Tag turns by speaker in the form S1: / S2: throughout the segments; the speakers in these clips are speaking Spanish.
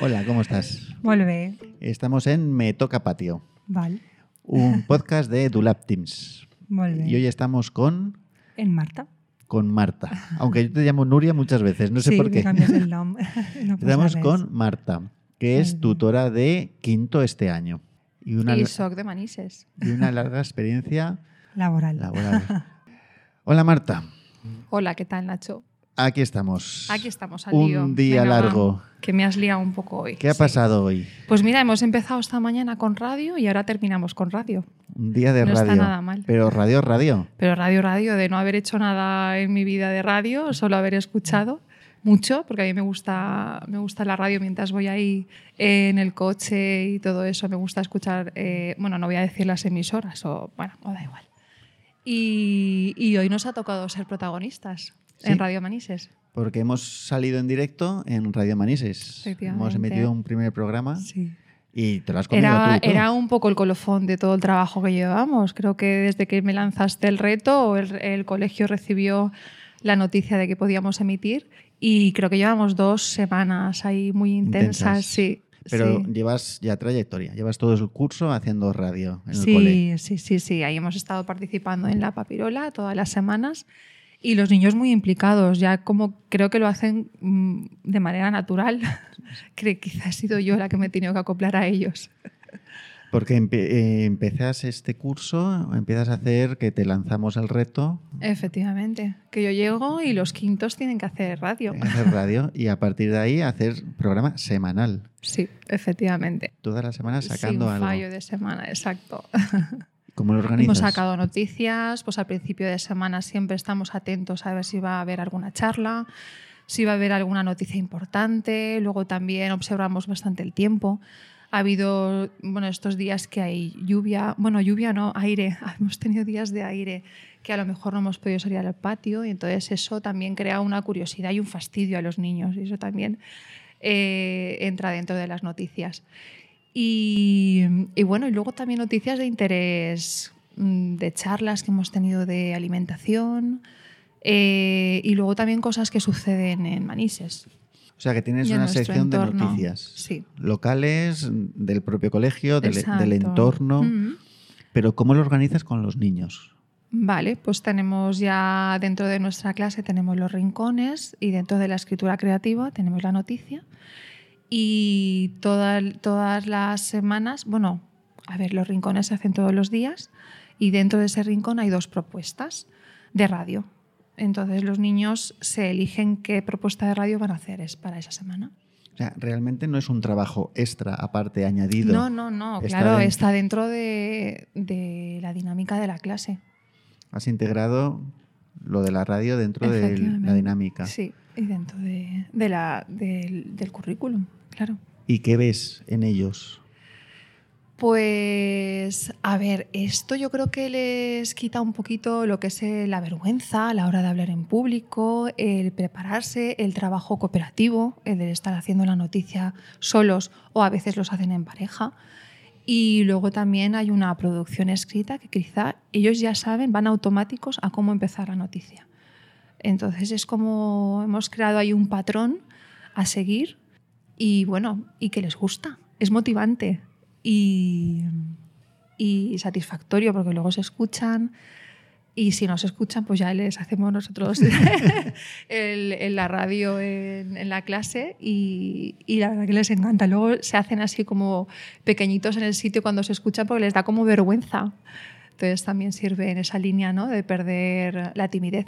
S1: Hola, ¿cómo estás?
S2: Vuelve.
S1: Estamos en Me Toca Patio,
S2: Vale.
S1: un podcast de Dulap Teams.
S2: Vuelve.
S1: Y hoy estamos con,
S2: En Marta.
S1: con Marta. Aunque yo te llamo Nuria muchas veces, no sé
S2: sí,
S1: por
S2: me
S1: qué.
S2: cambias el nombre. No pasa
S1: Estamos
S2: res.
S1: con Marta, que es
S2: Muy bien.
S1: tutora de quinto este año y una,
S3: Y shock de manises.
S1: y una larga experiencia
S2: Laboral.
S1: laboral. Hola Marta,
S3: Hola, ¿qué tal, Nacho?
S1: aquí estamos.
S3: Aquí estamos al lío.
S1: Un día
S3: Venga, va,
S1: largo.
S3: que me has liado un poco hoy.
S1: ¿Qué ha
S3: Sí.
S1: pasado hoy?
S3: Pues mira, hemos empezado esta mañana con radio y ahora terminamos con radio.
S1: Un día de
S3: No está
S1: radio.
S3: nada mal.
S1: Pero radio, radio.
S3: Pero radio, radio, de no haber hecho nada en mi vida de radio, solo haber escuchado mucho, porque a mí me gusta, me gusta la radio mientras voy ahí en el coche y todo eso. Me gusta escuchar, eh, bueno, no voy a decir las emisoras, o bueno, o da igual. Y, y hoy nos ha tocado ser protagonistas
S1: Sí.
S3: en Radio Manises.
S1: Porque hemos salido en directo en Radio Manises.
S3: Efectivamente.
S1: Hemos emitido un primer programa
S3: Sí.
S1: y te lo has comido
S3: Era,
S1: tú. todo.
S3: era un poco el colofón de todo el trabajo que llevábamos. Creo que desde que me lanzaste el reto, el, el colegio recibió la noticia de que podíamos emitir y creo que llevamos dos semanas ahí muy intensas.
S1: Intensas.
S3: Sí,
S1: Pero
S3: sí.
S1: llevas ya trayectoria, llevas todo el curso haciendo radio en el cole.
S3: Sí, sí, sí, sí. Ahí hemos estado participando en la papirola todas las semanas y los niños muy implicados. Ya como creo que lo hacen mm, de manera natural. Creo que quizás he sido yo la que me he tenido que acoplar a ellos.
S1: Porque empe- eh, empiezas este curso, empiezas a hacer que te lanzamos el reto
S3: Efectivamente, que yo llego y los quintos tienen que hacer radio.
S1: de hacer radio y a partir de ahí hacer programa semanal.
S3: Sí, efectivamente.
S1: Todas las semanas
S3: Sí,
S1: sacando
S3: un
S1: algo.
S3: fallo de semana, exacto.
S1: ¿Cómo lo
S3: Hemos
S1: organizas?
S3: sacado noticias, pues al principio de semana siempre estamos atentos a ver si va a haber alguna charla, si va a haber alguna noticia importante, luego también observamos bastante el tiempo. Ha habido, bueno, estos días que hay lluvia, bueno, lluvia no, aire, hemos tenido días de aire que a lo mejor no hemos podido salir al patio y entonces eso también crea una curiosidad y un fastidio a los niños y eso también eh, entra dentro de las noticias. Y, y bueno, y luego también noticias de interés mm, de charlas que hemos tenido de alimentación eh, y luego también cosas que suceden en Manises.
S1: O sea que tienes
S3: Y en
S1: una
S3: nuestro
S1: sección de
S3: entorno,
S1: noticias
S3: sí.
S1: locales, del propio colegio, del, del
S3: Exacto.
S1: entorno.
S3: Mm.
S1: Pero ¿cómo lo organizas con los niños?
S3: Vale, pues tenemos ya dentro de nuestra clase tenemos los rincones y dentro de la escritura creativa tenemos la noticia y toda- todas las semanas, bueno, a ver, los rincones se hacen todos los días y dentro de ese rincón hay dos propuestas de radio. Entonces los niños se eligen qué propuesta de radio van a hacer es para esa semana.
S1: O sea, realmente no es un trabajo extra, aparte, añadido.
S3: No, no, no,
S1: Está
S3: claro,
S1: dentro.
S3: está dentro de- de la dinámica de la clase.
S1: Has integrado lo de la radio dentro de la
S3: Efectivamente.
S1: dinámica.
S3: Sí, y dentro de, de la, del, del currículum, claro.
S1: ¿Y qué ves en ellos?
S3: Pues, a ver, esto yo creo que les quita un poquito lo que es eh, la vergüenza a la hora de hablar en público, el prepararse, el trabajo cooperativo, el de estar haciendo la noticia solos o a veces los hacen en pareja. Y luego también hay una producción escrita que quizá ellos ya saben, van automáticos a cómo empezar la noticia. Entonces es como hemos creado ahí un patrón a seguir y bueno, y que les gusta. Es motivante y, y satisfactorio porque luego se escuchan y si no se escuchan pues ya les hacemos nosotros el- en la radio, en, en la clase y, y la verdad que les encanta. Luego se hacen así como pequeñitos en el sitio cuando se escuchan porque les da como vergüenza. Entonces también sirve en esa línea ¿no? de perder la timidez.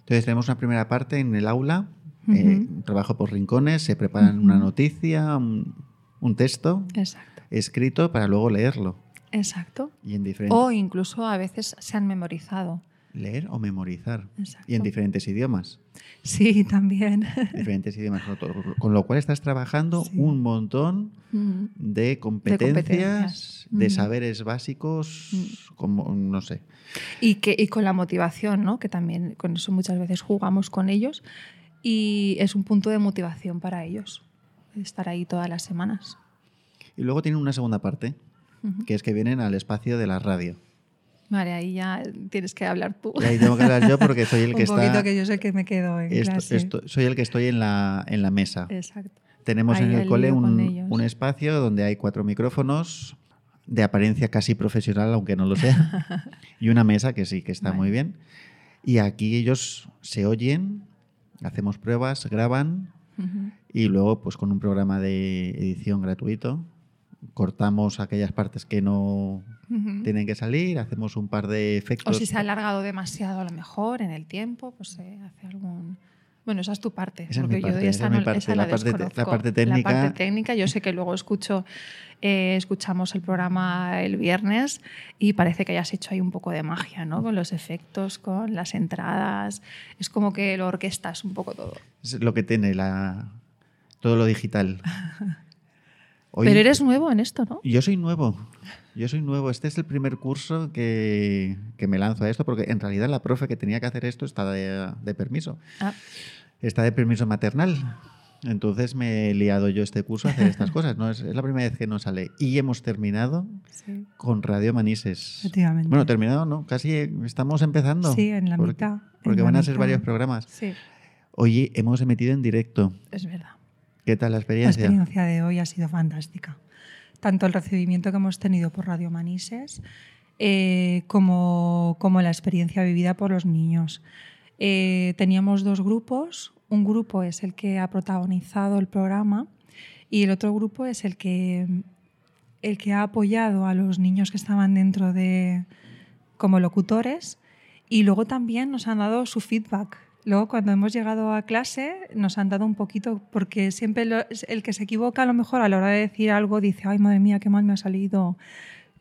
S1: Entonces, tenemos una primera parte en el aula,
S3: Ujú.
S1: eh, un trabajo por rincones, se preparan
S3: Ujú.
S1: una noticia, un, un texto
S3: Exacto.
S1: escrito para luego leerlo.
S3: Exacto.
S1: Y en diferentes,
S3: O incluso a veces se han memorizado.
S1: Leer o memorizar.
S3: Exacto.
S1: Y en diferentes idiomas.
S3: Sí, también.
S1: diferentes idiomas. con todo- Con lo cual estás trabajando
S3: Sí.
S1: un montón
S3: Mm.
S1: de competencias, de,
S3: competencias.
S2: Mm.
S3: Ujú.
S1: saberes básicos,
S3: Mm.
S1: como no sé.
S3: Y, que, y con la motivación, ¿no? que también con eso muchas veces jugamos con ellos y es un punto de motivación para ellos, estar ahí todas las semanas.
S1: Y luego tienen una segunda parte,
S2: Mm.
S3: Ujú.
S1: que es que vienen al espacio de la radio.
S3: Vale, ahí ya tienes que hablar tú.
S1: Y ahí tengo que hablar yo porque soy el
S2: Un
S1: que
S2: poquito
S1: está.
S2: que yo sé que me quedo en
S1: esto-
S2: clase. Eh,
S1: esto- soy el que estoy en la, en la mesa.
S3: Exacto.
S1: Tenemos
S2: Ahí
S1: en el
S2: el
S1: cole
S2: lío con
S1: un,
S2: ellos.
S1: un espacio donde hay cuatro micrófonos de apariencia casi profesional, aunque no lo sea, y una mesa que sí, que está
S2: Vale.
S1: muy bien. Y aquí ellos se oyen, hacemos pruebas, graban
S2: Ujú.
S1: y luego pues con un programa de edición gratuito cortamos aquellas partes que no
S3: Ujú.
S1: tienen que salir, hacemos un par de
S3: O
S1: efectos.
S3: si se ha alargado demasiado a lo mejor en el tiempo, pues se hace algún... Bueno, esa es tu parte.
S1: Esa es
S3: porque
S1: mi
S3: yo
S1: parte,
S3: de
S1: esa es mi parte,
S3: esa
S1: la
S3: la,
S1: parte te- la
S3: desconozco.
S1: parte
S3: La
S1: técnica-
S3: parte técnica, yo sé que luego escucho, eh, escuchamos el programa el viernes y parece que hayas hecho ahí un poco de magia, ¿no? Con los efectos, con las entradas. Es como que lo orquestas un poco todo.
S1: Es lo que tiene la, todo lo digital. Hoy-
S3: Pero eres nuevo en esto, ¿no?
S1: Yo soy nuevo. Yo soy nuevo. Este es el primer curso que, que me lanzo a esto, porque en realidad la profe que tenía que hacer esto está de, de permiso.
S3: Ah,
S1: Está de permiso maternal. Entonces me he liado yo este curso a hacer estas cosas. ¿no? Es, es la primera vez que no sale. Y hemos terminado
S3: sí.
S1: con Radio Manises.
S2: Efectivamente.
S1: Bueno, terminado, ¿no? Casi estamos empezando.
S2: Sí, en la
S1: Porque-
S2: mitad, en
S1: Porque
S2: la
S1: van a ser
S2: mitad.
S1: varios programas.
S3: Sí,
S1: Oye, hemos emitido en directo.
S3: es verdad.
S1: ¿Qué tal la
S2: La
S1: experiencia?
S2: experiencia de hoy ha sido fantástica. Tanto el recibimiento que hemos tenido por Radio Manises eh, como, como la experiencia vivida por los niños. Eh, teníamos dos grupos. Un grupo es el que ha protagonizado el programa y el otro grupo es el que, el que ha apoyado a los niños que estaban dentro de como locutores y luego también nos han dado su feedback. Luego cuando hemos llegado a clase nos han dado un poquito porque siempre lo- el que se equivoca a lo mejor a la hora de decir algo dice, ay madre mía, qué mal me ha salido.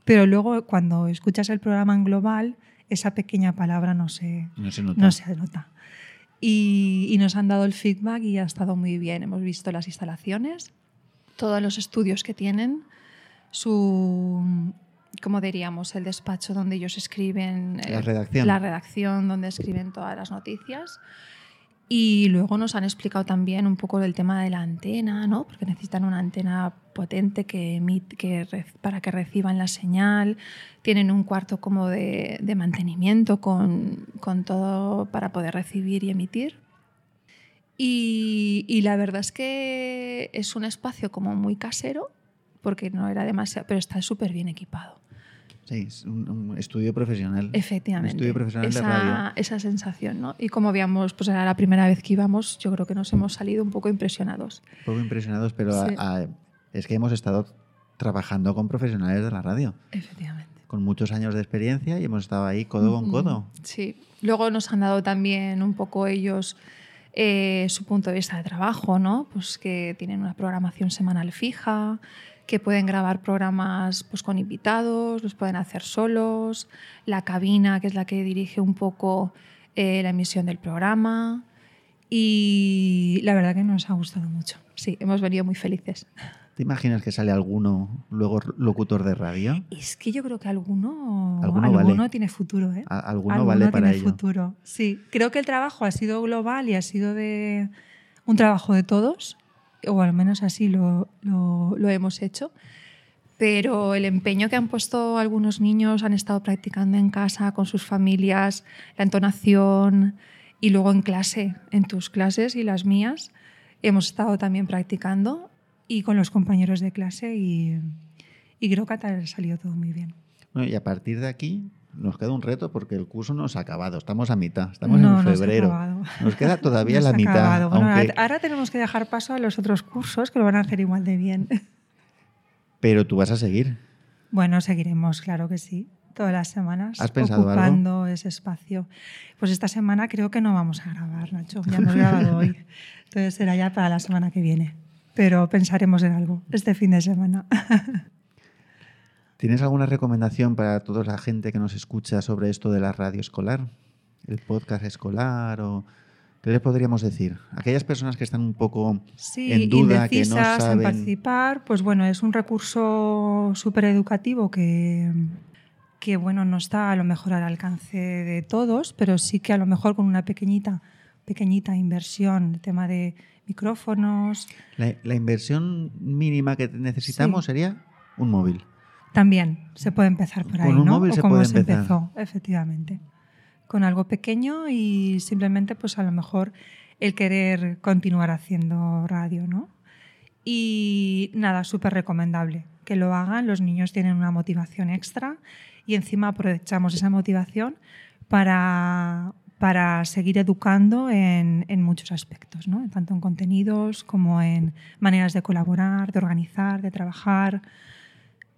S2: Pero luego cuando escuchas el programa en global, esa pequeña palabra no se,
S1: No se nota.
S2: no se nota. Y, y nos han dado el feedback y ha estado muy bien. Hemos visto las instalaciones,
S3: todos los estudios que tienen, su, como diríamos, el despacho donde ellos escriben,
S1: La
S3: eh,
S1: redacción.
S3: la redacción donde escriben todas las noticias. Y luego nos han explicado también un poco el tema de la antena, ¿no? Porque necesitan una antena potente que emit- que re- para que reciban la señal. Tienen un cuarto como de, de mantenimiento con, con todo para poder recibir y emitir. Y, y la verdad es que es un espacio como muy casero, porque no era demasiado, pero está súper bien equipado.
S1: Sí, es un, un estudio profesional. Un
S3: Efectivamente.
S1: estudio profesional de
S3: esa,
S1: radio.
S3: esa sensación, ¿no? Y como habíamos, pues era la primera vez que íbamos, yo creo que nos hemos salido un poco impresionados.
S1: Un poco impresionados, pero a-
S3: Sí.
S1: a- es que hemos estado trabajando con profesionales de la radio,
S3: Efectivamente.
S1: con muchos años de experiencia y hemos estado ahí codo con codo.
S3: Sí. Luego nos han dado también un poco ellos eh, su punto de vista de trabajo, ¿no? Pues que tienen una programación semanal fija, que pueden grabar programas pues, con invitados, los pueden hacer solos, la cabina, que es la que dirige un poco eh, la emisión del programa.
S2: y la verdad que nos ha gustado mucho.
S3: Sí, hemos venido muy felices.
S1: ¿Te imaginas que sale alguno luego locutor de radio?
S2: Es que yo creo que alguno,
S1: Alguno
S2: alguno,
S1: vale.
S2: tiene futuro, ¿eh?
S1: A- alguno, vale para
S2: tiene
S1: ello.
S2: futuro. Sí, creo que el trabajo ha sido global y ha sido de un trabajo de todos, o al menos así lo, lo-
S3: lo hemos hecho. Pero el empeño que han puesto algunos niños, han estado practicando en casa con sus familias, la entonación y luego en clase, en tus clases y las mías, hemos estado también practicando.
S2: y con los compañeros de clase y, y creo que ha salido todo muy bien.
S1: Bueno, y a partir de aquí nos queda un reto porque el curso no se ha acabado, estamos a mitad, estamos
S2: No,
S1: en
S2: no se ha
S1: febrero.
S2: acabado.
S1: Nos queda todavía
S2: No se
S1: la
S2: ha
S1: mitad.
S2: acabado. Bueno,
S1: aunque-
S2: ahora, ahora tenemos que dejar paso a los otros cursos que lo van a hacer igual de bien.
S1: Pero tú vas a seguir.
S2: Bueno, seguiremos, claro que sí, todas las semanas
S1: ¿Has pensado algo?
S2: ocupando ese espacio. Pues esta semana creo que no vamos a grabar, Nacho, ya hemos grabado hoy. Entonces será ya para la semana que viene. Pero pensaremos en algo este fin de semana.
S1: ¿Tienes alguna recomendación para toda la gente que nos escucha sobre esto de la radio escolar? ¿El podcast escolar? o ¿Qué les podríamos decir? Aquellas personas que están un poco
S2: Sí,
S1: en duda, que no
S2: indecisas en
S1: saben.
S2: participar, pues bueno, es un recurso súper educativo que, que, bueno, no está a lo mejor al alcance de todos, pero sí que a lo mejor con una pequeñita, pequeñita inversión, el tema de micrófonos,
S1: La, la inversión mínima que necesitamos
S2: Sí.
S1: sería un móvil.
S2: También se puede empezar por
S1: Con
S2: ahí,
S1: un
S2: ¿no?
S1: móvil
S2: o
S1: se
S2: como
S1: puede
S2: se
S1: empezar.
S2: empezó, efectivamente. Con algo pequeño y simplemente, pues a lo mejor el querer continuar haciendo radio, ¿no?
S3: Y nada, súper recomendable que lo hagan. Los niños tienen una motivación extra y encima aprovechamos esa motivación para, para seguir educando en, en muchos aspectos, ¿no? tanto en contenidos como en maneras de colaborar, de organizar, de trabajar.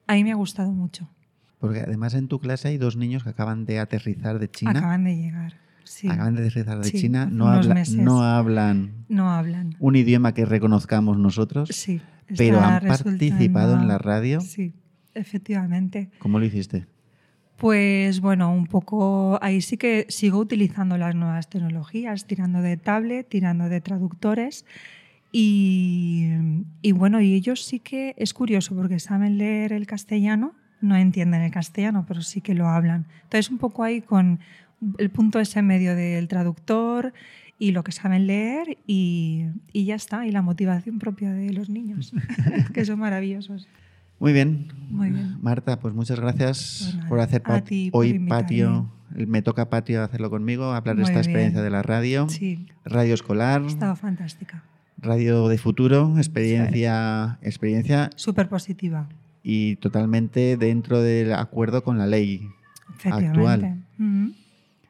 S3: A mí me ha gustado mucho.
S1: Porque además en tu clase hay dos niños que acaban de aterrizar de China.
S3: Acaban de llegar. Sí.
S1: Acaban de aterrizar de
S3: Sí,
S1: China.
S3: hace
S1: No,
S3: unos
S1: habla-
S3: meses.
S1: no hablan
S3: No hablan.
S1: un idioma que reconozcamos nosotros,
S3: Sí.
S1: pero
S3: está
S1: han participado
S3: resultando-
S1: en la radio.
S3: Sí, efectivamente.
S1: ¿Cómo lo hiciste?
S3: Pues bueno, un poco ahí sí que sigo utilizando las nuevas tecnologías, tirando de tablet, tirando de traductores. Y, y bueno, y ellos sí que es curioso porque saben leer el castellano, no entienden el castellano, pero sí que lo hablan. Entonces, un poco ahí con el punto ese medio del traductor y lo que saben leer y, y ya está, y la motivación propia de los niños, que son maravillosos.
S1: Muy bien.
S3: Muy bien.
S1: Marta, pues muchas gracias
S3: Pues nada,
S1: por hacer
S3: a
S1: pat-
S3: ti por
S1: hoy
S3: invitarme.
S1: patio. el- Me toca patio hacerlo conmigo, hablar de
S3: Muy
S1: esta
S3: bien.
S1: experiencia de la radio,
S3: Sí,
S1: radio escolar,
S3: ha estado fantástica,
S1: radio de futuro, experiencia, experiencia
S3: súper positiva.
S1: y totalmente dentro del acuerdo con la ley.
S3: Efectivamente. Ujú.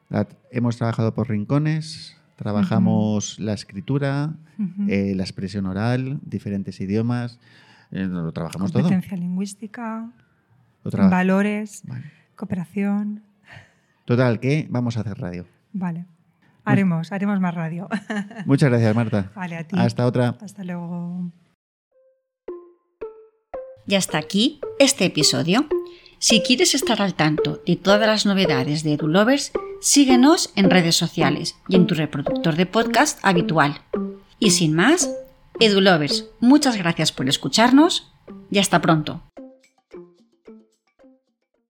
S1: La- hemos trabajado por rincones, trabajamos la escritura,
S3: Ujú.
S1: eh, la expresión oral, diferentes idiomas, eh, lo trabajamos todo.
S3: Competencia lingüística,
S1: Lo traba-
S3: valores,
S1: Vale.
S3: cooperación.
S1: Total, que vamos a hacer radio.
S3: Vale.
S1: Pues
S3: Haremos, haremos más radio.
S1: Muchas gracias, Marta.
S3: vale, a ti.
S1: Hasta otra.
S3: Hasta luego.
S4: Y hasta aquí este episodio. Si quieres estar al tanto de todas las novedades de EduLovers, síguenos en redes sociales y en tu reproductor de podcast habitual. Y sin más, EduLovers, muchas gracias por escucharnos y hasta pronto.